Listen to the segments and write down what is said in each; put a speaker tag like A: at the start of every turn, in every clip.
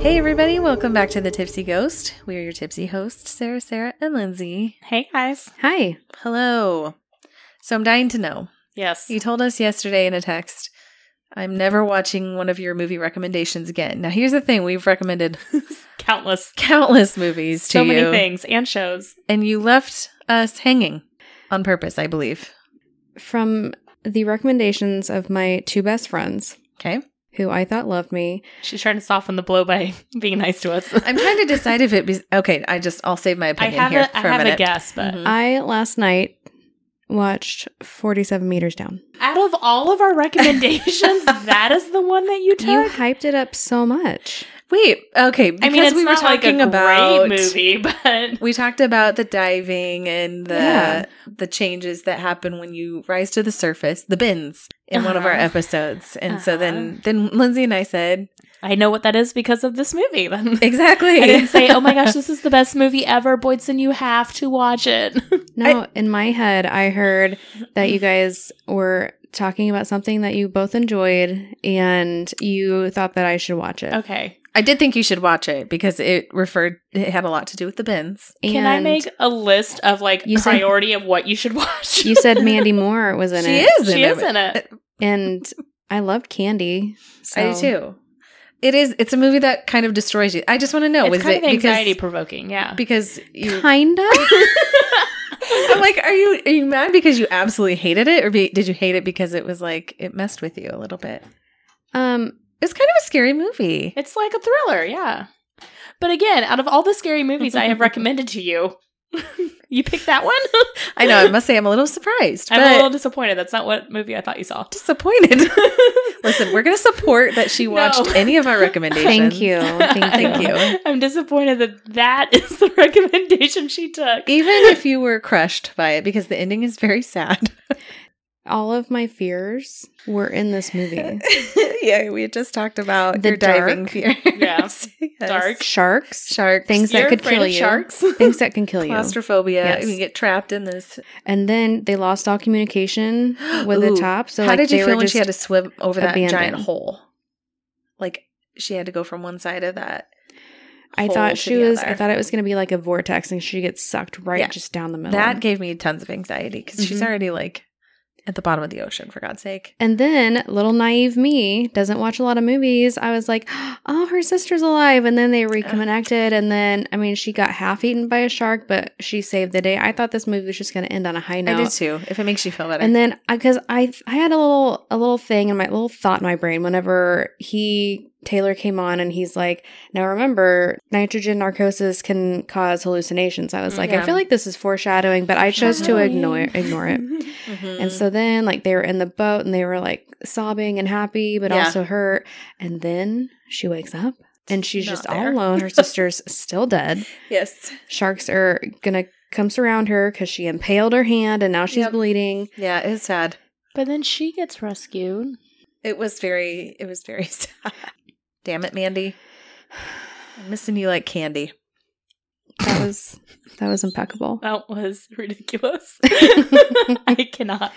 A: Hey, everybody, welcome back to the Tipsy Ghost. We are your tipsy hosts, Sarah, Sarah, and Lindsay.
B: Hey guys.
A: Hi. Hello. So, I'm dying to know.
B: Yes.
A: You told us yesterday in a text, I'm never watching one of your movie recommendations again. Now, here's the thing we've recommended
B: Countless.
A: countless movies to
B: So many
A: you,
B: things and shows.
A: and you left us hanging on purpose, I believe.
C: from the recommendations of my two best friends
A: Okay.
C: who I thought loved me.
B: She's trying to soften the blow by being nice to us.
A: I'm trying to decide if it be okay. I just I'll save my
B: I
A: opinion
B: have
A: here
B: a, I
A: for a
B: have
A: minute.
B: a guess, but
A: Mhm.
C: I last night watched 47 meters down.
B: out of all of our recommendations, that is the one that you took.
C: You hyped it up so much.
A: Wait, okay. Because
B: I mean, it's
A: we were
B: not like a
A: talking
B: great
A: about
B: movie, but
A: We talked about the diving and the
C: Yeah.
A: the changes that happen when you rise to the surface, the bins in one of our
B: Uh-huh.
A: episodes. And so then
B: Uh-huh.
A: then Lindsay and I said,
B: I know what that is because of this movie. Then
A: Exactly.
B: I didn't say, "Oh my gosh, this is the best movie ever, Boydson. You have to watch it."
C: No, in my head, I heard that you guys were talking about something that you both enjoyed and you thought that I should watch it.
B: Okay.
A: I did think you should watch it because it referred it had a lot to do with the bins.
B: Can I
C: And
B: make a list of like
C: You said-
B: priority of what you should watch?
C: You said Mandy Moore was in
A: she
C: it.
A: is
B: she
A: in
B: is in it.
C: And I loved Candy. So.
A: I do too. It is it's a movie that kind of destroys you. I just want to know
B: it's
A: was
B: kind
A: it
B: of anxiety
A: because
B: provoking. Yeah.
A: because you
C: Kinda.
A: I'm like, are you are you mad because you absolutely hated it, or be, did you hate it because it was like it messed with you a little bit?
C: um,
A: It's kind of a scary movie.
B: It's like a thriller, yeah. But again, out of all the scary movies I have recommended to you, you picked that one?
A: I know. I must say, I'm a little surprised,
B: I'm
A: but
B: a little disappointed. That's not what movie I thought you saw.
A: disappointed. Listen, we're gonna support that she
B: No.
A: watched any of our recommendations.
C: thank you. Thank
A: Oh, Thank
C: you.
A: you.
B: I'm disappointed that that is the recommendation she took.
A: Even if you were crushed by it, because the ending is very sad.
C: all of my fears were in this movie.
A: yeah, we had just talked about
C: The
A: your diving
C: dark.
A: fear.
B: Yeah.
A: Yes.
B: Dark.
C: Sharks,
A: sharks,
C: things
B: You're
C: that could
B: afraid
C: kill
B: of
C: you,
B: sharks?
C: things that can kill you.
A: claustrophobia.
C: Yes.
A: We get trapped in this.
C: And then they lost all communication with
A: Ooh.
C: the top. So
A: How
C: like,
A: did
C: they
A: you feel
C: were
A: when she had
C: just-
A: to swim over that giant
C: abandoned.
A: hole? Like she had to go from one side of that.
C: I
A: hole to
C: thought she
A: the
C: was. I
A: other.
C: thought it was going to be like a vortex, and she gets sucked right
A: Yeah.
C: just down the middle.
A: that gave me tons of anxiety because she's
C: Mhm.
A: already like at the bottom of the ocean. For God's sake,
C: and then little naive me doesn't watch a lot of movies. I was like, "Oh, her sister's alive!" And then they reconnected, and then I mean, she got half eaten by a shark, but she saved the day. I thought this movie was just going to end on a high note.
A: I did too. If it makes you feel better,
C: And then because I I had a little a little thing in my little thought in my brain whenever he Taylor came on and he's like, now remember nitrogen narcosis can cause hallucinations. I was like,
A: Mm, Yeah.
C: I feel like this is foreshadowing, but I chose to ignore ignore it. Mm-hmm. And
A: Mm.
C: so then like they were in the boat and they were like sobbing and happy, but
A: Yeah.
C: also hurt. And then she wakes up and she's
A: Not
C: just
A: there.
C: all alone. Her sister's still dead
A: yes,
C: sharks are gonna come surround her because she impaled her hand and now she's
A: Yep.
C: bleeding.
A: yeah, it was sad.
B: But then she gets rescued.
A: It was very, it was very sad. Damn it, Mandy, I'm missing you like candy.
C: That was that was impeccable.
B: That was ridiculous. I cannot.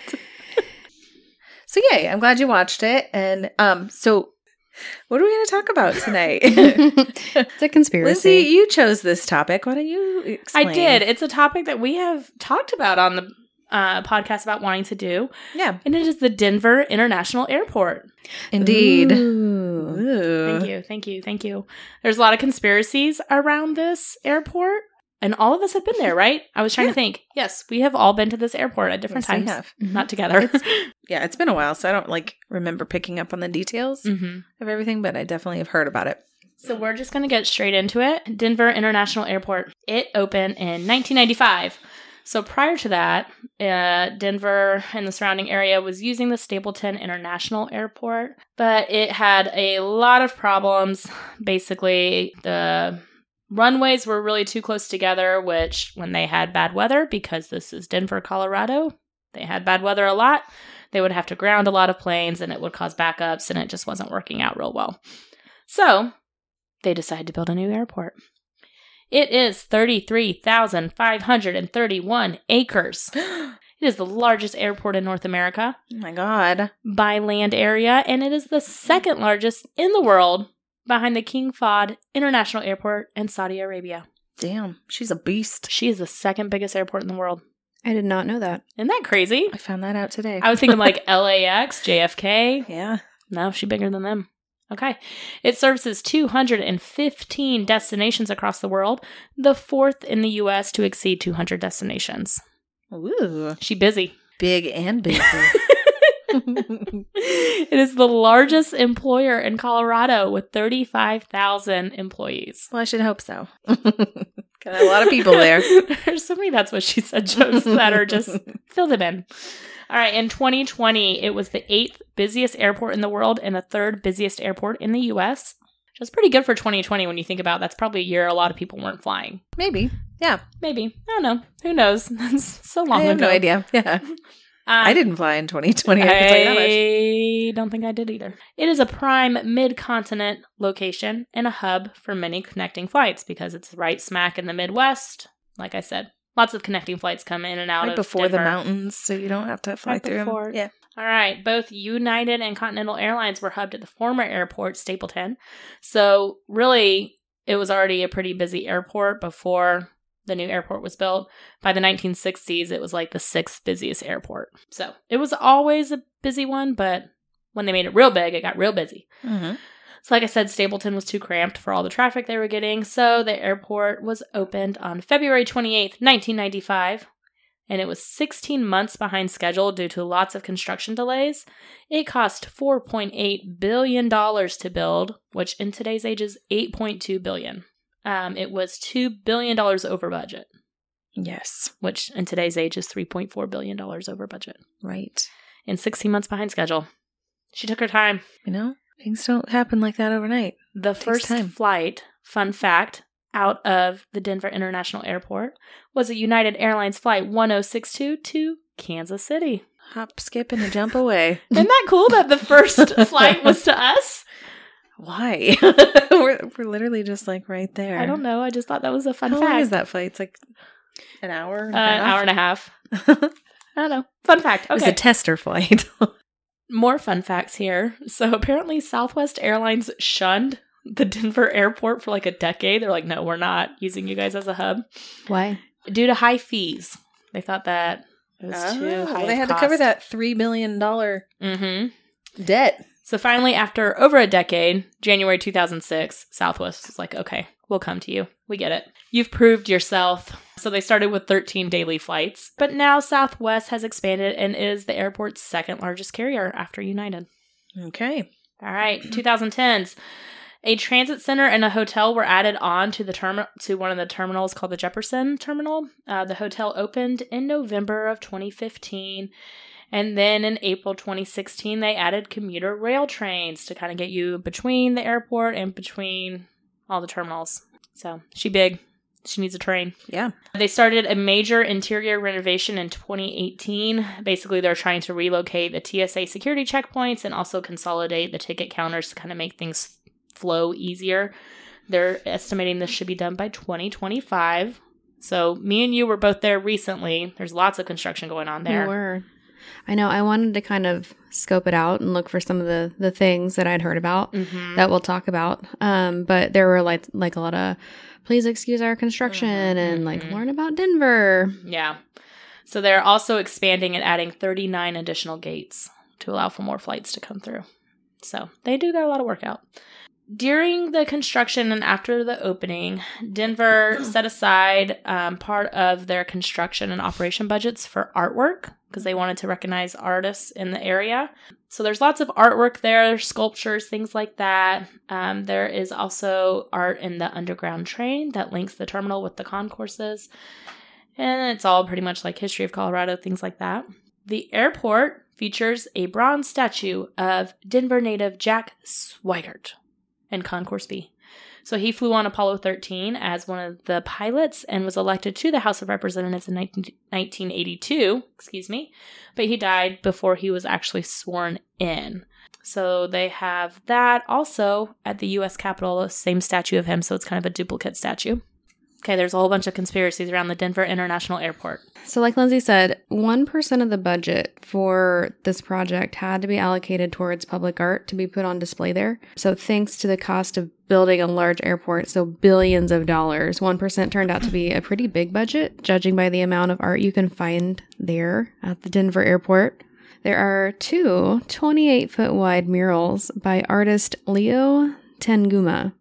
A: So yay, I'm glad you watched it. And um, so what are we going to talk about tonight?
C: it's a conspiracy.
A: Lindsay, you chose this topic. Why don't you explain?
B: I did. It's a topic that we have talked about on the uh, podcast about wanting to do,
A: Yeah,
B: and it is the Denver International Airport.
A: indeed.
C: Ooh.
A: Ooh.
B: Thank you, thank you, thank you. There's a lot of conspiracies around this airport, and all of us have been
A: Mm-hmm.
B: there, right? I was trying to think. Yes, we have all been to this airport at different
A: Yes, we
B: times,
A: have.
B: not together.
A: Yeah, it's been a while, so I don't like remember picking up on the details
B: hmm
A: of everything, but I definitely have heard about it.
B: So we're just going to get straight into it. Denver International Airport. It opened in 1995. So prior to that, uh, Denver and the surrounding area was using the Stapleton International Airport, but it had a lot of problems. Basically, the runways were really too close together, which when they had bad weather, because this is Denver, Colorado, they had bad weather a lot. They would have to ground a lot of planes and it would cause backups, and it just wasn't working out real well. So, they decide to build a new airport. It is 33,531 acres.
A: oh
B: It is the largest airport in North America
A: my god.
B: by land area, and it is the second largest in the world behind the King Fahd International Airport in Saudi Arabia.
A: Damn, she's a beast.
B: She is the second biggest airport in the world.
C: I did not know that.
B: Isn't that crazy?
A: I found that out today.
B: I was thinking like LAX, JFK.
A: yeah.
B: No, she's bigger than them. Okay. It services 215 destinations across the world, the fourth in the US to exceed 200 destinations.
A: Ooh,
B: She busy.
A: big and busy.
B: it is the largest employer in Colorado with 35,000 employees.
A: well, I should hope so. Got a lot of people there.
B: There's so many that's what she said jokes that are just fill them in. All right, in 2020, it was the eighth busiest airport in the world and the third busiest airport in the US. Which was pretty good for 2020 when you think about it. that's probably a year a lot of people weren't flying.
A: maybe. Yeah,
B: Maybe. I don't know. Who knows? That's so long
A: I have
B: ago.
A: no idea. Yeah,
B: Um,
A: I didn't fly in 2020. I can tell you that much.
B: I don't think I did either. It is a prime mid continent location and a hub for many connecting flights because it's right smack in the Midwest. Like I said, lots of connecting flights come in and out
A: Right
B: of
A: before the
B: Denver.
A: mountains, so you don't have to fly
B: Right
A: through 'em.
B: before.
A: Yeah,
B: All right, both United and Continental Airlines were hubbed at the former airport, Stapleton. So, really, it was already a pretty busy airport before the new airport was built. By the 1960s, it was like the sixth busiest airport. So, it was always a busy one, but when they made it real big, it got real busy.
A: Mhm.
B: So, like I said, Stapleton was too cramped for all the traffic they were getting, so the airport was opened on February 28th, 1995, and it was 16 months behind schedule due to lots of construction delays. It cost $4.8 billion to build, which in today's age is $8.2 billion. Um, it was $2 billion over budget,
A: yes,
B: which in today's age is $3.4 billion over budget,
A: right.
B: and 16 months behind schedule. She took her time.
A: You know, things don't happen like that overnight.
B: The first
A: time.
B: flight, fun fact, out of the Denver International Airport was a United Airlines flight 1062 to Kansas City.
A: Hop, skip, and a jump away.
B: Isn't that cool that the first flight was to us?
A: Why? we're, we're literally just like right there.
B: I don't know. I just thought that was a fun
A: How
B: fact.
A: long is that flight? It's like an hour.
B: Uh, an hour and a half. I don't know. Fun fact.
A: It was
B: Okay.
A: a tester flight.
B: More fun facts here. So apparently Southwest Airlines shunned the Denver airport for like a decade. They're like, no, we're not using you guys as a hub.
C: Why?
B: due to high fees. They thought that it was too high.
A: Oh, they
B: of
A: had to cover
B: cost.
A: that three million dollar
B: Mhm.
A: debt.
B: So finally, after over a decade, January 2006, Southwest was like, okay, we'll come to you. We get it. You've proved yourself. So they started with 13 daily flights, but now Southwest has expanded and is the airport's second largest carrier after United.
A: Okay.
B: All right, 2010s. A transit center and a hotel were added on to the term to one of the terminals called the Jefferson Terminal. Uh, the hotel opened in November of 2015, and then in April 2016 they added commuter rail trains to kind of get you between the airport and between all the terminals. So she big, she needs a train.
A: Yeah.
B: They started a major interior renovation in 2018. Basically, they're trying to relocate the TSA security checkpoints and also consolidate the ticket counters to kind of make things flow easier. They're estimating this should be done by 2025. So, me and you were both there recently. There's lots of construction going on
C: We
B: there.
C: were. I know. I wanted to kind of scope it out and look for some of the the things that I'd heard about
B: Mhm.
C: that we'll talk about. Um, but there were like like a lot of please excuse our construction
A: Mhm,
C: and like
B: mhm.
C: learn about Denver.
B: Yeah. So, they're also expanding and adding 39 additional gates to allow for more flights to come through. So they do get a lot of work out. During the construction and after the opening, Denver set aside um, part of their construction and operation budgets for artwork because they wanted to recognize artists in the area. So there's lots of artwork there, sculptures, things like that. Um, there is also art in the underground train that links the terminal with the concourses. And it's all pretty much like history of Colorado, things like that. The airport features a bronze statue of Denver native Jack Swigert in Concourse B. So he flew on Apollo 13 as one of the pilots and was elected to the House of Representatives in 19, 1982, excuse me, but he died before he was actually sworn in. So they have that also at the US Capitol, same statue of him, so it's kind of a duplicate statue. Okay, there's a whole bunch of conspiracies around the Denver International Airport.
C: So, like Lindsay said, 1% of the budget for this project had to be allocated towards public art to be put on display there. So, thanks to the cost of building a large airport, so billions of dollars, 1% turned out to be a pretty big budget, judging by the amount of art you can find there at the Denver airport. There are two 28 foot wide murals by artist Leo Tenguma.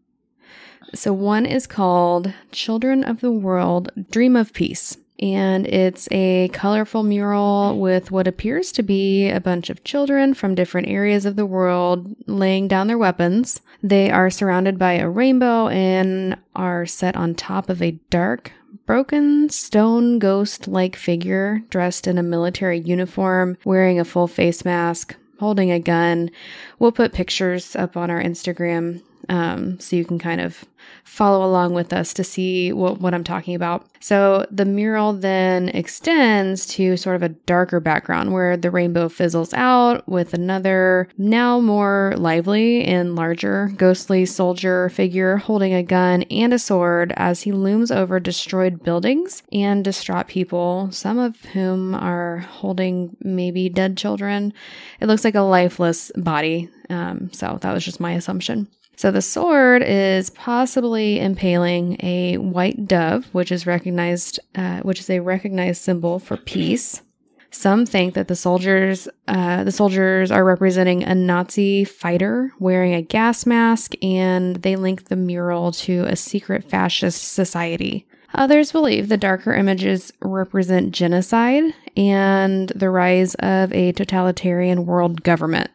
C: So, one is called Children of the World Dream of Peace and it's a colorful mural with what appears to be a bunch of children from different areas of the world laying down their weapons. They are surrounded by a rainbow and are set on top of a dark, broken stone ghost like figure dressed in a military uniform, wearing a full face mask, holding a gun. We'll put pictures up on our Instagram um, so you can kind of follow along with us to see what, what I'm talking about. So the mural then extends to sort of a darker background where the rainbow fizzles out with another, now more lively and larger, ghostly soldier figure holding a gun and a sword as he looms over destroyed buildings and distraught people, some of whom are holding maybe dead children. It looks like a lifeless body. Um, so that was just my assumption. So the sword is possibly impaling a white dove, which is recognized, uh, which is a recognized symbol for peace. Some think that the soldiers, uh, the soldiers are representing a Nazi fighter wearing a gas mask, and they link the mural to a secret fascist society. Others believe the darker images represent genocide and the rise of a totalitarian world government.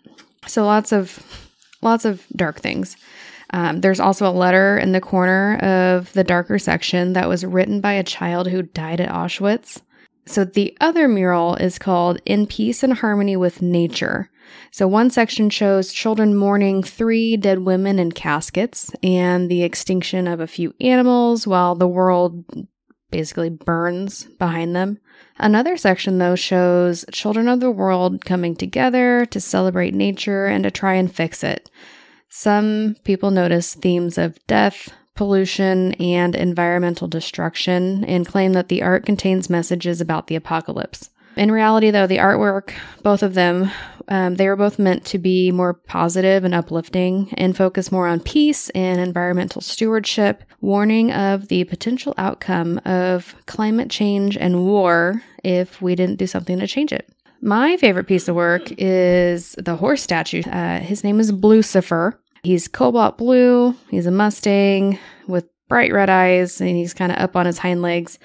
C: So lots of lots of dark things. Um, there's also a letter in the corner of the darker section that was written by a child who died at Auschwitz. So the other mural is called In Peace and Harmony with Nature. So one section shows children mourning three dead women in caskets and the extinction of a few animals while the world basically burns behind them. Another section, though, shows children of the world coming together to celebrate nature and to try and fix it. Some people notice themes of death, pollution, and environmental destruction and claim that the art contains messages about the apocalypse. In reality, though, the artwork, both of them, um, they were both meant to be more positive and uplifting and focus more on peace and environmental stewardship, warning of the potential outcome of climate change and war if we didn't do something to change it. My favorite piece of work is the horse statue. Uh, his name is Lucifer. He's cobalt blue, he's a Mustang with bright red eyes, and he's kind of up on his hind legs.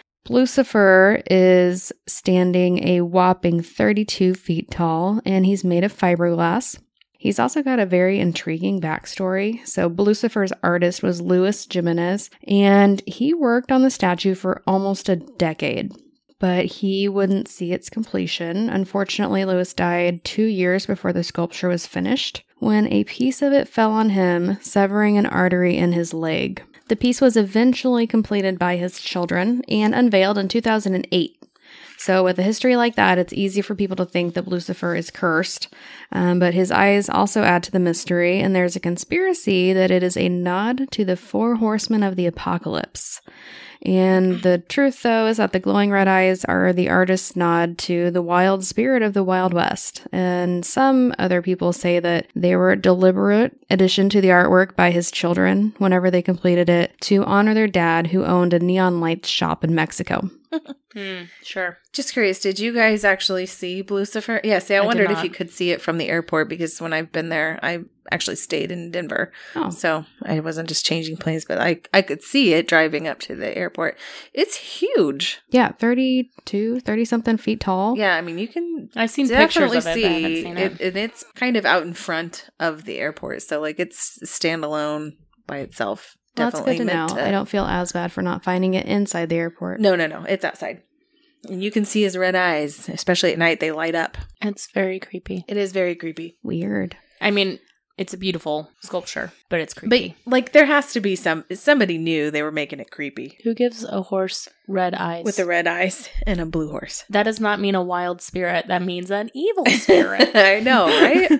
C: Lucifer is standing a whopping 32 feet tall and he's made of fiberglass. He's also got a very intriguing backstory. So, Lucifer's artist was Luis Jimenez, and he worked on the statue for almost a decade, but he wouldn't see its completion. Unfortunately, Luis died two years before the sculpture was finished when a piece of it fell on him, severing an artery in his leg. The piece was eventually completed by his children and unveiled in 2008. So, with a history like that, it's easy for people to think that Lucifer is cursed. Um, but his eyes also add to the mystery, and there's a conspiracy that it is a nod to the four horsemen of the apocalypse. And the truth, though, is that the glowing red eyes are the artist's nod to the wild spirit of the Wild West. And some other people say that they were a deliberate addition to the artwork by his children whenever they completed it to honor their dad, who owned a neon lights shop in Mexico.
B: Hmm, sure.
A: Just curious, did you guys actually see Lucifer? Yeah, see, I,
B: I did
A: wondered if
B: not.
A: you could see it from the airport because when I've been there, I actually stayed in Denver.
C: Oh.
A: So I wasn't just changing planes, but I, I could see it driving up to the airport. It's huge.
C: Yeah, 32, 30 something feet
B: Oh.
C: tall.
A: Yeah, I mean, you can
B: I've seen
A: definitely
B: pictures of it, but I haven't
A: see
B: seen it.
A: And it's kind of out in front of the airport. So, like, it's standalone by itself.
C: Well, that's good to know.
A: meant to-
C: I don't feel as bad for not finding it inside the airport.
A: No, no, no. It's outside. And you can see his red eyes, especially at night. They light up.
B: It's very creepy.
A: It is very creepy.
C: Weird.
B: I mean, it's a beautiful sculpture, but it's creepy.
A: But like, there has to be some somebody knew they were making it creepy
B: Who gives a horse red eyes?
A: with the red eyes and a blue horse.
B: that does not mean a wild spirit. That means an evil spirit.
A: I know, right?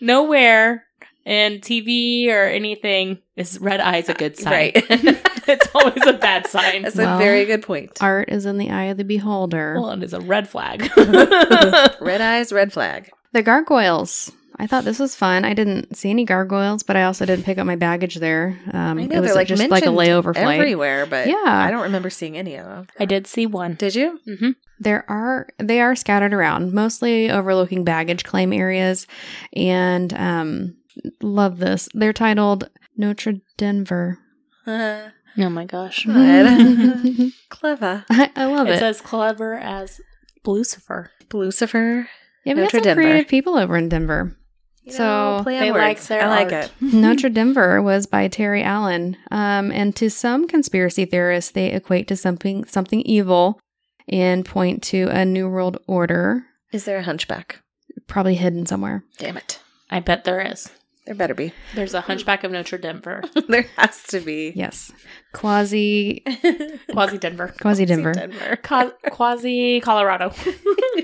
B: Nowhere in TV or anything, is red eye's a good
A: Uh,
B: sign.
A: Right.
B: it's always a bad sign.
A: That's
C: Well,
A: a very good point.
C: Art is in the eye of the beholder.
B: Well, it is a red flag.
A: red eyes, red flag.
C: The gargoyles. I thought this was fun. I didn't see any gargoyles, but I also didn't pick up my baggage there. Um,
A: I know
C: it was
A: they're like
C: just like a
A: mentioned
C: layover flight.
A: Everywhere, but
C: Yeah.
A: I don't remember seeing any of them.
B: I did see one.
A: Did you?
B: hmm
C: There are they are scattered around, mostly overlooking baggage claim areas, and um, love this. They're titled Notre Denver.
A: Uh,
B: Oh my gosh.
A: Good.
C: I,
A: clever.
C: I love
B: It's
C: it.
B: as clever as Lucifer.
A: Lucifer.
C: yeah, we got
A: Notre
C: some
A: Denver.
C: creative people over in Denver.
A: You
C: So-
A: know, play on
B: They
A: words.
B: like their
A: I like
B: art.
A: it.
C: Notre Denver was by Terry Allen, um, and to some conspiracy theorists, they equate to something something evil, and point to a new world order
A: Is there a hunchback?
C: probably hidden somewhere.
A: Damn it.
B: I bet there is.
A: There better be.
B: There's a Hunchback of Notre Denver,
A: there has to be.
C: Yes, quasi
B: quasi Denver,
C: quasi Denver, Oh,
A: Denver.
B: quasi Colorado.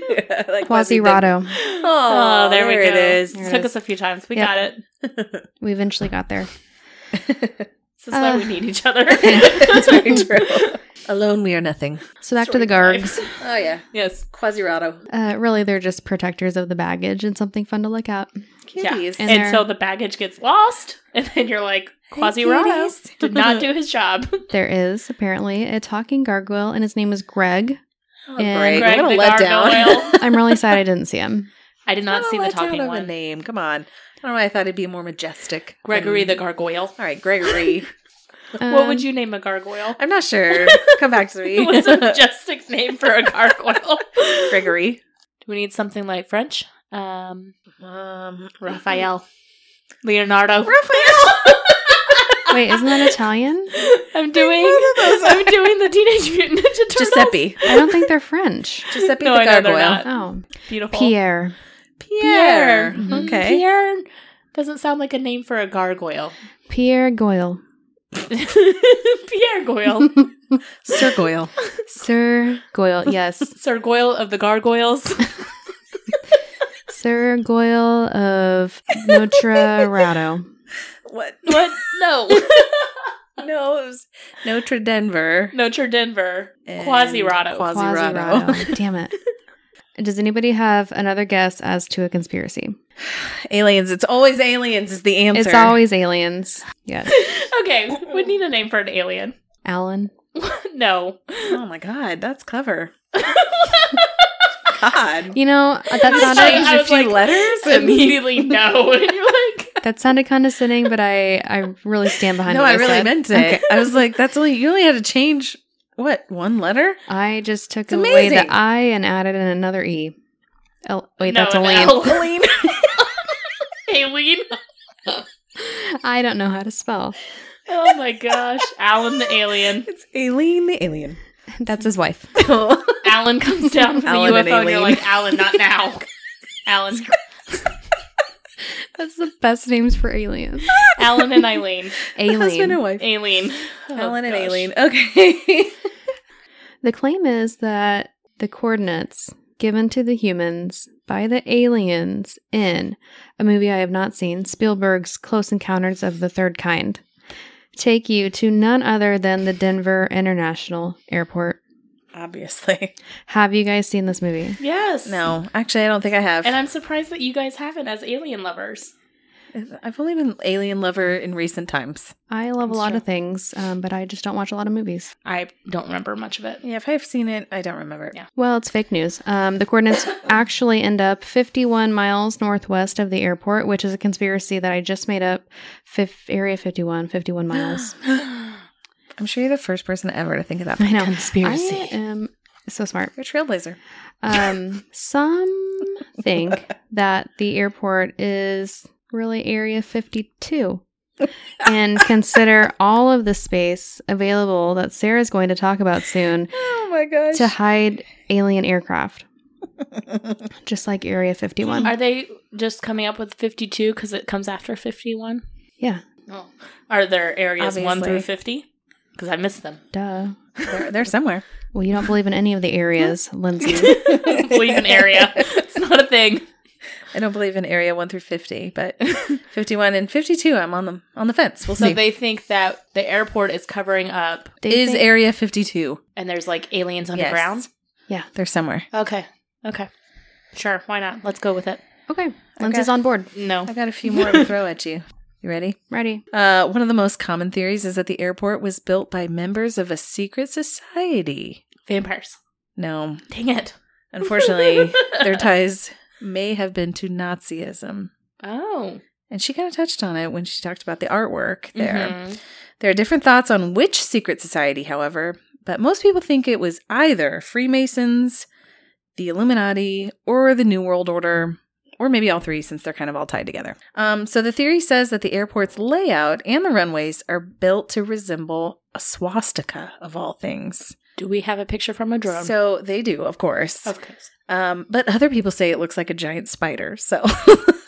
C: quasi Rado.
A: Oh, there, we it is.
C: There
B: It
C: it
B: took
C: is.
B: us a few times. We
C: Yep.
B: got it.
C: We eventually got there.
B: This is why
C: Uh,
B: we need each other.
A: That's very true. Alone, we are nothing.
C: So back
B: Story
C: to the
B: of
C: gargs.
B: life.
A: Oh, yeah.
B: Yes.
A: Quasirado.
C: Uh, really, they're just protectors of the baggage and something fun to look at.
A: Kitties.
C: And
B: And,
C: they're-
B: so the baggage gets lost, and then you're like, Quasi Rado
A: kitties.
B: did not do his job.
C: There is apparently a talking gargoyle, and his name is Greg.
A: Oh,
C: And
A: great.
B: Greg
A: what a
B: the
A: letdown.
B: gargoyle.
C: I'm really sad I didn't see him.
B: I did not
A: What a
B: see the
A: letdown
B: talking
A: of a
B: one.
A: name. Come on. I don't know why I thought it'd be more majestic.
B: Gregory the
A: than-
B: gargoyle.
A: All right, Gregory.
B: what
C: Hmm. Um,
B: would you name a gargoyle?
A: I'm not sure. Come back to me.
B: What's a majestic name for a gargoyle? Do
A: Gregory.
B: we need something like French? Um,
A: Um,
B: Raphael. Leonardo.
A: Raphael.
C: Wait, isn't that Italian?
B: I'm doing I'm doing the Teenage Mutant Ninja Turtles.
A: Giuseppe.
C: I don't think they're French.
A: Giuseppe
B: No,
A: the
B: I know they're
A: gargoyle.
B: not.
C: Oh,
B: Beautiful. Mm-hmm.
C: Pierre.
A: Pierre.
C: Mhm.
A: Okay.
B: Pierre doesn't sound like a name for a gargoyle.
C: Pierre Goyle.
B: Pierre Goyle.
A: Sir Goyle.
C: Sir Goyle. Yes.
B: Sir Goyle of the Gargoyles.
C: Sir Goyle of Notre Rado.
A: What?
B: what? No.
A: No, it was Notre Denver.
B: Notre Denver. Quasirado.
A: Quasi- Quasirado.
C: Quasirado. Damn it. Does anybody have another guess as to a conspiracy?
A: Aliens. It's always aliens is the answer.
C: It's always aliens. Yes.
B: okay, we need a name for an alien.
C: Alan.
B: no.
A: Oh my god, that's clever. God.
C: You know, that
B: I
A: It's
B: thought-
A: not
B: I
C: sounded,
A: just a
B: was
A: few
B: like,
A: letters and-
B: Immediately no. And you're like,
C: that sounded condescending, but I, I really stand behind
A: No,
C: what
A: I really
C: said.
A: meant it. I was like, that's only you only had to change what one letter?
C: I just took
A: It's
C: away
A: amazing.
C: the I and added in another E. Oh, wait,
B: No,
C: that's
B: an
C: only.
B: L.
A: Colleen.
B: Alien.
C: I don't know how to spell.
B: Oh my gosh. Alan the alien.
A: it's Aileen the alien.
C: That's his wife.
B: Alan comes down from
A: Alan
B: the
A: and
B: UFO and you're
A: Aileen.
B: like, Alan, not now. Alan.
C: That's the best names for aliens.
B: Alan and Eileen.
C: Alien.
A: Husband and wife.
B: Aileen. Oh,
A: Alan and
B: gosh.
A: Aileen. Okay.
C: The claim is that the coordinates given to the humans by the aliens in a movie I have not seen, Spielberg's Close Encounters of the Third Kind, take you to none other than the Denver International Airport.
A: Obviously.
C: Have you guys seen this movie?
B: Yes.
A: No, actually, I don't think I have.
B: And I'm surprised that you guys haven't as alien lovers.
A: I've only been alien lover in recent times.
C: I love
B: That's
C: a lot
B: true.
C: of things, um, but I just don't watch a lot of movies.
B: I don't remember much of it.
A: Yeah, if I've seen it, I don't remember it.
B: Yeah.
C: Well, it's fake news. Um, the coordinates actually end up 51 miles northwest of the airport, which is a conspiracy that I just made up. Fif- Area 51, 51 miles.
A: I'm sure you're the first person ever to think of that.
C: I know.
B: Conspiracy.
C: I am so smart.
A: You're a trailblazer.
C: Um, some think that the airport is really Area 52 and consider all of the space available that Sarah's going to talk about soon
A: Oh my gosh.
C: to hide alien aircraft, just like Area 51.
B: Are they just coming up with 52 because it comes after 51?
C: Yeah,
B: Oh. Are there areas 1
A: Obviously.
B: through 50? Because I missed them.
C: duh.
A: they're, they're somewhere.
C: Well, you don't believe in any of the areas, Lindsay.
B: Believe in area. It's not a thing.
A: I don't believe in area one through fifty, but fifty-one and fifty-two, I'm on the on the fence. We'll
B: So
A: see.
B: they think that the airport is covering up
C: They
A: is
C: think-
A: area fifty-two?
B: and there's like aliens
A: Yes.
B: underground.
A: They're somewhere.
B: Okay. Okay. Sure. Why not? Let's go with it.
C: okay? Lindsay's
A: Okay.
C: on board.
B: No.
A: I got a few more to throw at you. You ready?
C: Ready?
A: Uh, one of the most common theories is that the airport was built by members of a secret society.
B: Vampires.
A: No,
B: Dang it.
A: unfortunately, their ties may have been to Nazism.
B: Oh.
A: And she kind of touched on it when she talked about the artwork there.
B: Mhm.
A: There are different thoughts on which secret society, however, but most people think it was either Freemasons, the Illuminati, or the New World Order, or maybe all three since they're kind of all tied together. Um, so the theory says that the airport's layout and the runways are built to resemble a swastika of all things.
B: Do we have a picture from a drone?
A: So they do, of course.
B: of course.
A: Um, but other people say it looks like a giant spider, so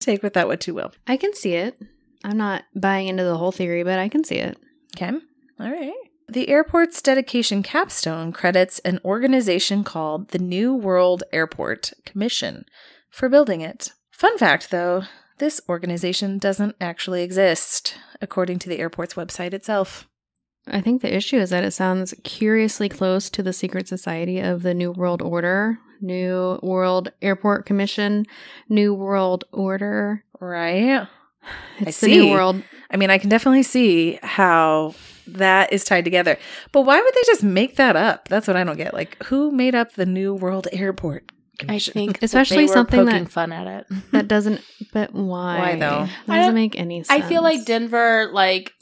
A: take with that what you will.
C: I can see it. I'm not buying into the whole theory, but I can see it.
A: Okay. All right. The airport's dedication capstone credits an organization called the New World Airport Commission for building it. Fun fact though, this organization doesn't actually exist, according to the airport's website itself.
C: I think the issue is that it sounds curiously close to the secret society of the New World Order, New World Airport Commission, New World Order.
A: Right?
C: It's
A: I
C: the
A: see.
C: New World.
A: I mean, I can definitely see how that is tied together. But why would they just make that up? That's what I don't get. Like, who made up the New World Airport
B: I
A: Commission?
B: think that
C: Especially
B: they were
C: something
B: poking
C: that-
B: fun at it.
C: That doesn't. But why?
A: Why, though?
C: That
B: I don't-
C: doesn't make any sense.
B: I feel like Denver, like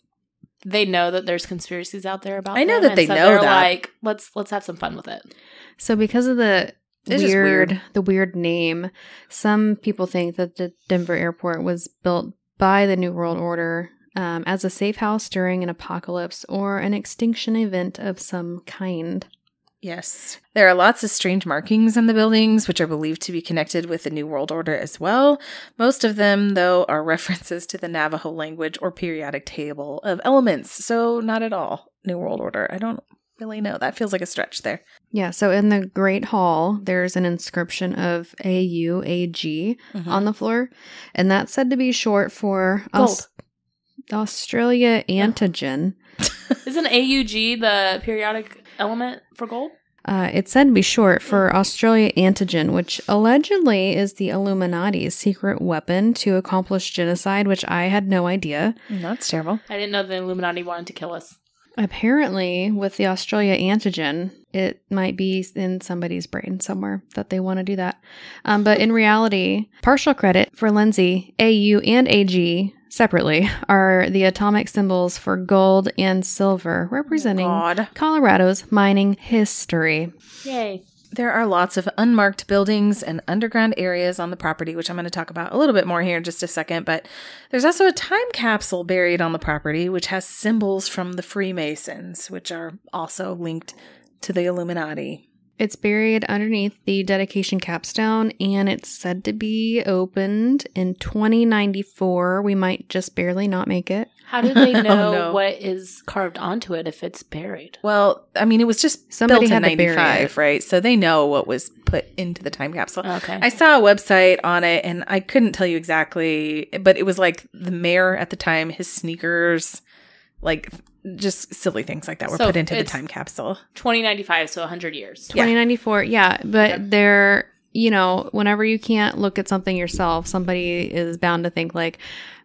B: they know that there's conspiracies out there about.
A: I know
B: them,
A: that
B: and
A: they
B: so
A: know
B: they're
A: that.
B: Like, let's let's have some fun with it.
C: So because of the
A: It's
C: weird,
A: just weird.
C: the weird name, some people think that the Denver airport was built by the New World Order um, as a safe house during an apocalypse or an extinction event of some kind.
A: Yes. There are lots of strange markings on the buildings, which are believed to be connected with the New World Order as well. Most of them, though, are references to the Navajo language or periodic table of elements. So, not at all New World Order. I don't really know. That feels like a stretch there.
C: Yeah. So in the Great Hall, there's an inscription of A U A G
A: Mm-hmm.
C: on the floor, and that's said to be short for Aus- Australia antigen.
B: Isn't AUG the periodic element for gold?
C: Uh, it's said to be short for Australia Antigen, which allegedly is the Illuminati's secret weapon to accomplish genocide, which I had no idea.
A: Mm, That's terrible.
B: I didn't know the Illuminati wanted to kill us.
C: Apparently, with the Australia Antigen, it might be in somebody's brain somewhere that they want to do that. Um, but in reality, partial credit for Lindsay, AU, and AG separately are the atomic symbols for gold and silver, representing
A: Oh God.
C: Colorado's mining history.
B: Yay!
A: There are lots of unmarked buildings and underground areas on the property, which I'm going to talk about a little bit more here in just a second. But there's also a time capsule buried on the property, which has symbols from the Freemasons, which are also linked to the Illuminati.
C: It's buried underneath the dedication capstone and it's said to be opened in 2094. We might just barely not make it.
B: How do they
A: Oh,
B: know
A: no.
B: what is carved onto it if it's buried?
A: Well, I mean, it was just
C: Somebody
A: built in
C: had to bury
A: 95,
C: it.
A: right? So they know what was put into the time capsule.
B: Okay.
A: I saw a website on it and I couldn't tell you exactly, but it was like the mayor at the time, his sneakers, like just silly things like that were
B: So
A: put into the
B: it's-
A: time capsule.
B: 2095, so 100 years.
A: Yeah.
C: 2094, yeah, but
B: Okay.
C: there, you know, whenever you can't look at something yourself, somebody is bound to think, like,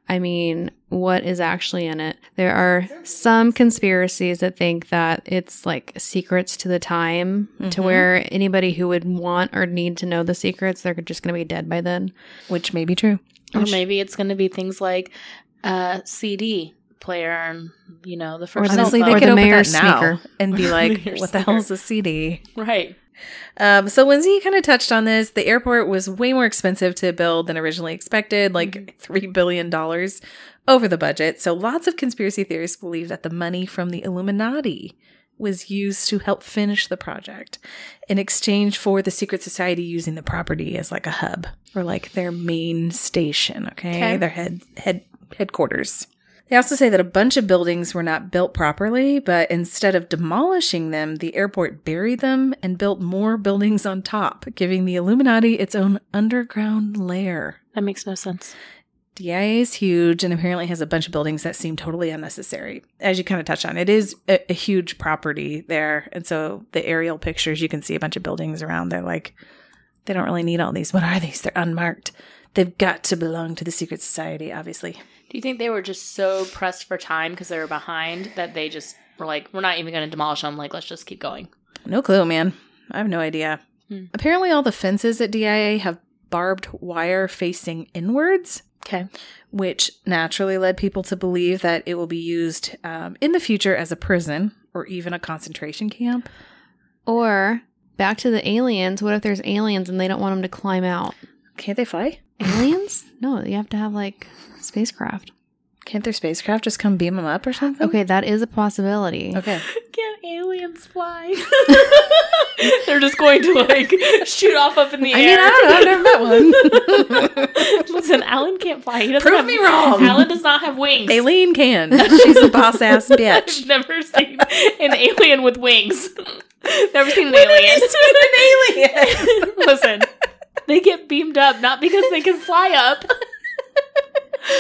C: I mean, what is actually in it? There are some conspiracies that think that it's like secrets to the time to
A: Mhm.
C: where anybody who would want or need to know the secrets, they're just going to be dead by then.
A: Which may be true.
B: Or
C: Which-
B: maybe it's going to be things like uh, CD player and, you know, the first
A: Honestly,
B: cell
A: they
C: Or
B: phone.
A: could
C: the
A: open that
C: mayor's
A: now
C: sneaker.
A: and be like,
B: Mayor's
A: "What the hell is a CD?"
B: Right.
A: Um, so Lindsay kind of touched on this. The airport was way more expensive to build than originally expected, like three billion dollars over the budget. So lots of conspiracy theorists believe that the money from the Illuminati was used to help finish the project in exchange for the secret society using the property as like a hub or like their main station. Okay,
B: Okay.
A: their head head headquarters. They also say that a bunch of buildings were not built properly, but instead of demolishing them, the airport buried them and built more buildings on top, giving the Illuminati its own underground lair.
B: That makes no sense.
A: DIA is huge and apparently has a bunch of buildings that seem totally unnecessary. As you kind of touched on, it is a, a huge property there. And so the aerial pictures, you can see a bunch of buildings around. They're like, they don't really need all these. What are these? They're unmarked. They've got to belong to the secret society, obviously.
B: Do you think they were just so pressed for time because they were behind that they just were like, we're not even going to demolish them. Like, let's just keep going.
A: No clue, man. I have no idea.
B: Hmm.
A: Apparently, all the fences at DIA have barbed wire facing inwards.
B: Okay.
A: which naturally led people to believe that it will be used um, in the future as a prison or even a concentration camp.
C: Or back to the aliens. What if there's aliens and they don't want them to climb out?
A: Can't they fly?
C: Aliens? No, you have to have like spacecraft.
A: Can't their spacecraft just come beam them up or something?
C: Okay, that is a possibility.
A: Oh. Okay.
B: Can aliens fly? They're just going to like shoot off up in the
A: I mean,
B: air.
A: I don't know. I've never met one.
B: Listen, Alan can't fly. He doesn't
A: Prove
B: have-
A: me wrong.
B: Alan does not have wings.
A: Aileen can. She's a boss ass
B: I've
A: bitch.
B: never seen an alien with wings. Never seen an
A: When have
B: alien.
A: you seen an alien?
B: Listen, they get beamed up not because they can fly up.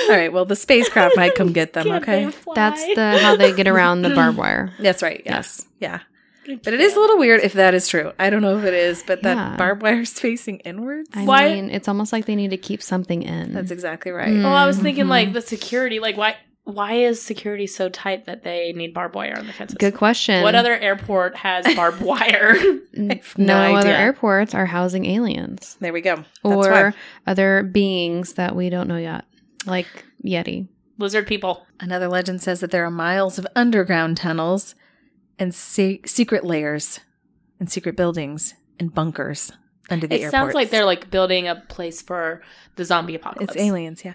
A: All right. Well, the spacecraft might come get them.
B: Can't
A: Okay.
B: they fly?
C: That's the how they get around the barbed wire.
A: That's right. Yes. Yeah. But it is a little weird if that is true. I don't know if it is, but
C: Yeah.
A: that barbed wire's facing inwards.
C: I
B: Why-
C: mean, it's almost like they need to keep something in.
A: That's exactly right.
C: Mm.
B: Well, Oh, I was thinking
C: Mhm.
B: like
A: Mm-hmm.
B: the security. Like why? Why is security so tight that they need barbed wire on the fences?
C: Good question.
B: What other airport has barbed wire?
C: N-
A: have
C: No,
A: no
C: other
A: idea.
C: airports are housing aliens
A: There we go. That's
C: or
A: why.
C: other beings that we don't know yet, like Yeti.
B: Lizard people.
A: Another legend says that there are miles of underground tunnels and se- secret layers and secret buildings and bunkers under the
B: It
A: airport.
B: sounds like they're like building a place for the zombie apocalypse.
A: It's aliens, yeah.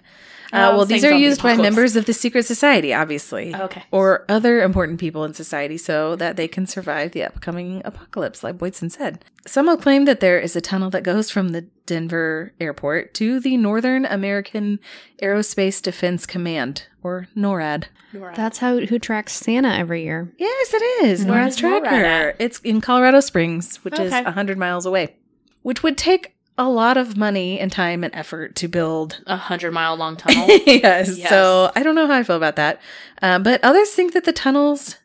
B: I
A: Uh, well,
B: was
A: these are
B: saying zombie
A: used by
B: apocalypse. Oh,
A: members of the secret society, obviously,
B: Okay.
A: or other important people in society so that they can survive the upcoming apocalypse, like Boydson said. Some will claim that there is a tunnel that goes from the Denver airport to the Northern American Aerospace Defense Command, or NORAD.
B: Nora.
C: That's how who tracks Santa every year.
A: Yes, it is.
C: Where
A: NORAD's
B: is NORAD
A: tracker.
B: at?
A: It's in Colorado Springs, which is
B: Okay.
A: is 100 miles away, which would take a lot of money and time and effort to build.
B: a hundred mile long tunnel.
A: yes,
B: Yes.
A: So I don't know how I feel about that. Uh, but others think that the tunnels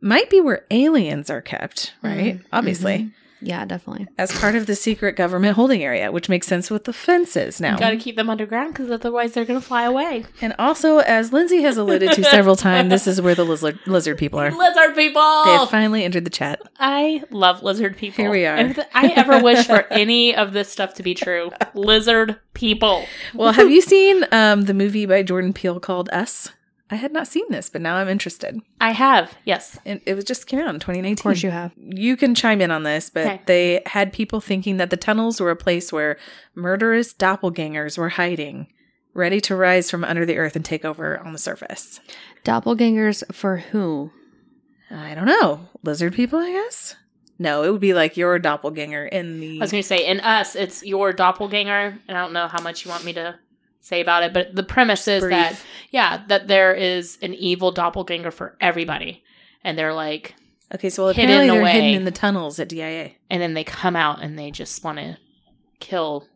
A: might be where aliens are kept, right? Obviously,
C: Mhm. Yeah, definitely.
A: as part of the secret government holding area, which makes sense with the fences now.
B: Got to keep them underground because otherwise they're gonna fly away.
A: And also, as Lindsay has alluded to several times, this is where the lizard, lizard people are.
B: Lizard people.
A: They have finally entered the chat.
B: I love lizard people.
A: Here we are.
B: If th- I ever wish for any of this stuff to be true. Lizard people.
A: Well, have you seen um, the movie by Jordan Peele called Us? I had not seen this, but now I'm interested.
B: I have. Yes.
A: And it was just came out in 2019.
C: Of course, you have.
A: You can chime in on this, but
B: Okay.
A: they had people thinking that the tunnels were a place where murderous doppelgangers were hiding, ready to rise from under the earth and take over on the surface.
C: Doppelgangers for who?
A: I don't know. Lizard people, I guess? No, it would be like your doppelganger in the.
B: I was going to say, in us, it's your doppelganger, and I don't know how much you want me to say about it, but the premise is
A: Brief.
B: that, yeah, that there is an evil doppelganger for everybody, and they're like,
A: okay, so well,
B: hidden
A: apparently they're
B: away.
A: hidden in the tunnels at DIA,
B: and then they come out and they just want to kill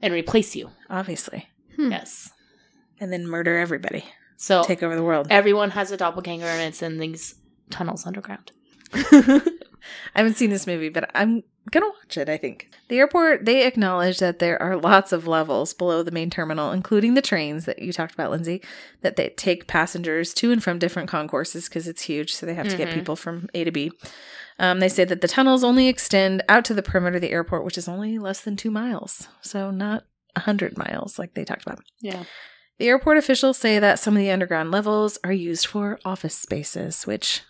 B: and replace you.
A: obviously,
C: Hmm.
B: Yes,
A: and then murder everybody,
B: so
A: take over the world.
B: everyone has a doppelganger, and it's in these tunnels underground.
A: I haven't seen this movie, but I'm gonna watch it, I think. The airport, they acknowledge that there are lots of levels below the main terminal, including the trains that you talked about, Lindsay, that they take passengers to and from different concourses because it's huge, so they have to get
C: Mm-hmm.
B: Mhm.
A: people from A to B. Um, they say that the tunnels only extend out to the perimeter of the airport, which is only less than two miles, so not a hundred miles like they talked about.
B: Yeah.
A: The airport officials say that some of the underground levels are used for office spaces, which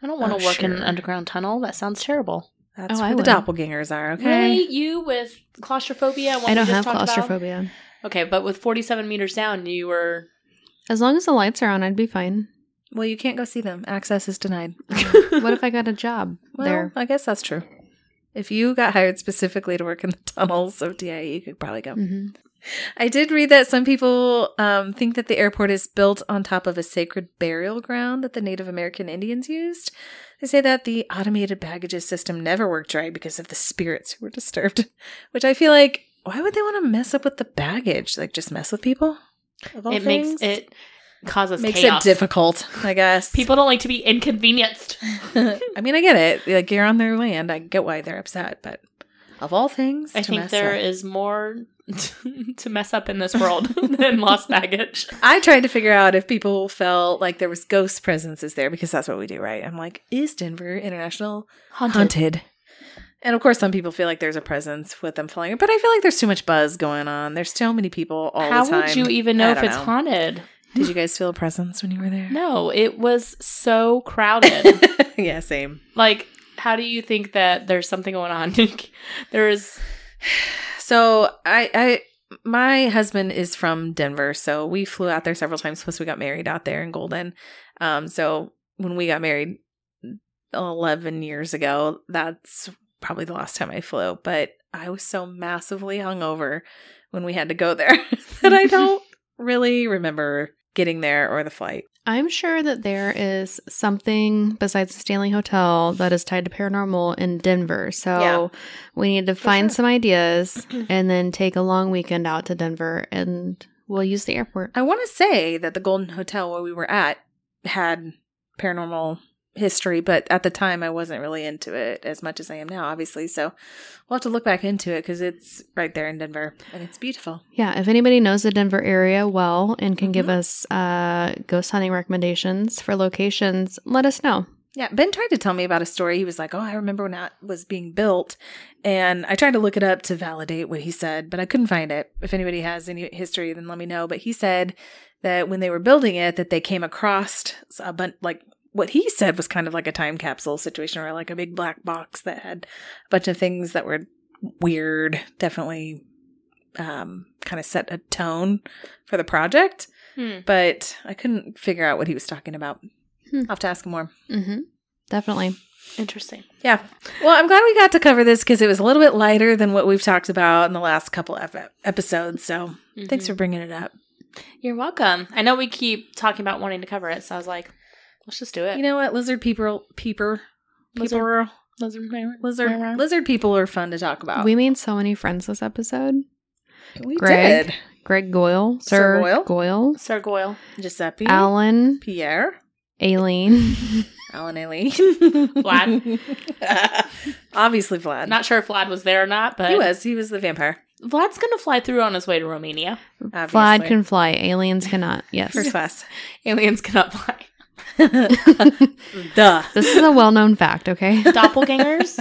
B: I don't want to
A: Oh,
B: work in an
A: sure.
B: underground tunnel. That sounds terrible.
A: that's
C: Oh,
A: where
C: I
A: the
C: would.
A: doppelgangers are, okay?
B: Really, you with claustrophobia? and what
C: I
B: we
C: don't
B: just
C: have
B: talked about?
C: claustrophobia.
B: Okay, but with forty-seven meters down, you were
C: As long as the lights are on, I'd be fine.
A: Well, you can't go see them. Access is denied.
C: What if I got a job
A: Well,
C: there?
A: I guess
B: Mm.
A: that's true. If E, you got hired specifically to work in the tunnels of DIA, you could probably go.
C: hmm
A: I did read that some people um, think that the airport is built on top of a sacred burial ground that the Native American Indians used. They say that the automated baggages system never worked right because of the spirits who were disturbed, which I feel like, why would they want to mess up with the baggage? Like, just mess with people? Of all
B: it
A: things?
B: makes it causes
A: makes
B: chaos.
A: it difficult, I guess.
B: People don't like to be inconvenienced.
A: I mean, I get it. Like, you're on their land. I get why they're upset, but of all things,
B: I
A: to
B: think
A: mess
B: there
A: up.
B: is more to mess up in this world than lost baggage.
A: I tried to figure out if people felt like there was ghost presences there because that's what we do, right? I'm like, is Denver International
B: Haunted.
A: haunted? And of course, some people feel like there's a presence with them flying, but I feel like there's too much buzz going on. There's so many people all
B: How
A: the time.
B: would you even know
A: I
B: if
A: don't
B: it's
A: know.
B: haunted?
A: Did you guys feel a presence when you were there?
B: No, it was so crowded.
A: yeah, same.
B: like, how do you think that there's something going on? there is
A: So I, I, my husband is from Denver, so we flew out there several times. Plus, we got married out there in Golden. Um, so when we got married eleven years ago, that's probably the last time I flew. But I was so massively hungover when we had to go there that I don't really remember getting there or the flight.
C: I'm sure that there is something besides the Stanley Hotel that is tied to paranormal in Denver. So
A: Yeah.
C: we need to find
A: sure.
C: some ideas and then take a long weekend out to Denver and we'll use the airport.
B: Um,
A: I want to say that the Golden Hotel where we were at had paranormal history, but at the time I wasn't really into it as much as I am now, obviously. So we'll have to look back into it because it's right there in Denver and it's beautiful.
C: Yeah, if anybody knows the Denver area well and can give
A: Mhm.
B: mm-hmm.
C: us uh, ghost hunting recommendations for locations, let us know.
A: Yeah, Ben tried to tell me about a story. He was like, "Oh, I remember when that was being built," and I tried to look it up to validate what he said, but I couldn't find it. If anybody has any history, then let me know. But he said that when they were building it, that they came across a bunch like what he said was kind of like a time capsule situation, or like a big black box that had a bunch of things that were weird, definitely um, kind of set a tone for the project.
B: Hmm.
A: But I couldn't figure out what he was talking about.
C: Hmm.
A: I'll have to ask him more.
C: Mm-hmm. Definitely.
B: interesting.
A: Yeah. Well, I'm glad we got to cover this because it was a little bit lighter than what we've talked about in the last couple of ep- episodes. So
B: Mm-hmm.
A: thanks for bringing it up.
B: You're welcome. I know we keep talking about wanting to cover it, so I was like, let's just do it.
A: You know what? Lizard people, peeper,
B: Lizard-
A: peeper,
B: lizard,
A: lizard,
B: lizard.
A: lizard people are fun to talk
B: Oh.
A: about.
C: We made so many friends this episode.
A: we
C: Greg.
A: did.
C: Greg Goyle,
A: Sir
C: Sir,
A: Goyle?
C: Goyle,
B: Sir Goyle.
A: Giuseppe,
C: Alan,
A: Pierre,
C: Aileen.
A: Alan Aileen,
B: Vlad.
A: Obviously, Vlad.
B: Not sure if Vlad was there or not, but
A: he was. He was the vampire.
B: Vlad's going to fly through on his way to Romania.
A: Obviously.
C: Vlad can fly, aliens cannot. Yes.
A: First class.
B: Aliens cannot fly.
A: Duh.
C: this is a well known fact, okay?
B: Doppelgangers.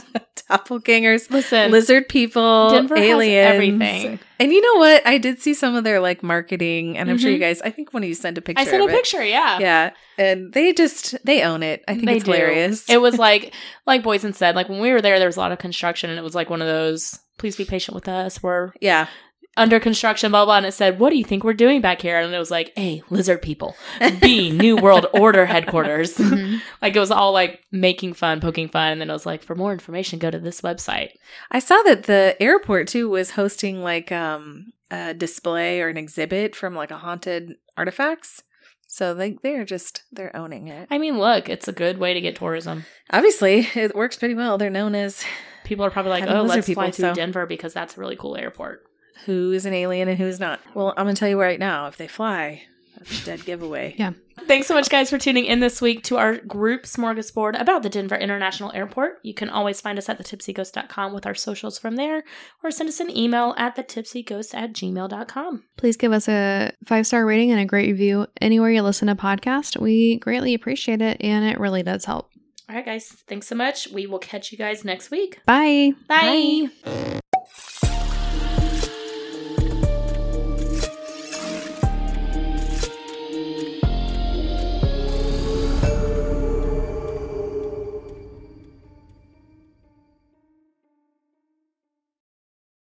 A: Doppelgangers,
B: Listen,
A: lizard people,
B: Denver
A: aliens.
B: has everything.
A: And you know what? I did see some of their like marketing, and I'm sure you
B: Mhm.
A: guys. I think one of you sent a picture.
B: I sent
A: of
B: a
A: it.
B: picture. Yeah.
A: Yeah, and they just they own it. I think
B: They
A: it's
B: do.
A: hilarious.
B: It was like, like Boyson said, like when we were there, there was a lot of construction, and it was like one of those, please be patient with us. We're
A: yeah,
B: under construction, blah, blah. And it said, what do you think we're doing back here? And it was like, A, lizard people. B, New World Order headquarters.
C: Mhm.
B: like it was all like making fun, poking fun. And then it was like, for more information, go to this website.
A: I saw that the airport too was hosting like um a display or an exhibit from like a haunted artifacts. So they they're just they're owning it.
B: I mean, look, it's a good way to get tourism.
A: Obviously, it works pretty well. They're known as
B: People are probably like,
A: Having
B: oh,
A: lizard
B: let's fly
A: people,
B: through
A: so-
B: Denver because that's a really cool airport.
A: who is an alien and who's not. Well, I'm gonna tell you right now. If they fly, that's a dead giveaway.
C: Yeah.
B: Thanks so much, guys, for tuning in this week to our group smorgasbord about the Denver International Airport. You can always find us at thetipsyghost.com with our socials from there, or send us an email at thetipsyghost at gmail.com.
C: Please give us a five star rating and a great review anywhere you listen to podcast. We greatly appreciate it and it really does help.
B: All right, guys, thanks so much. We will catch you guys next week.
C: Bye.
B: Bye.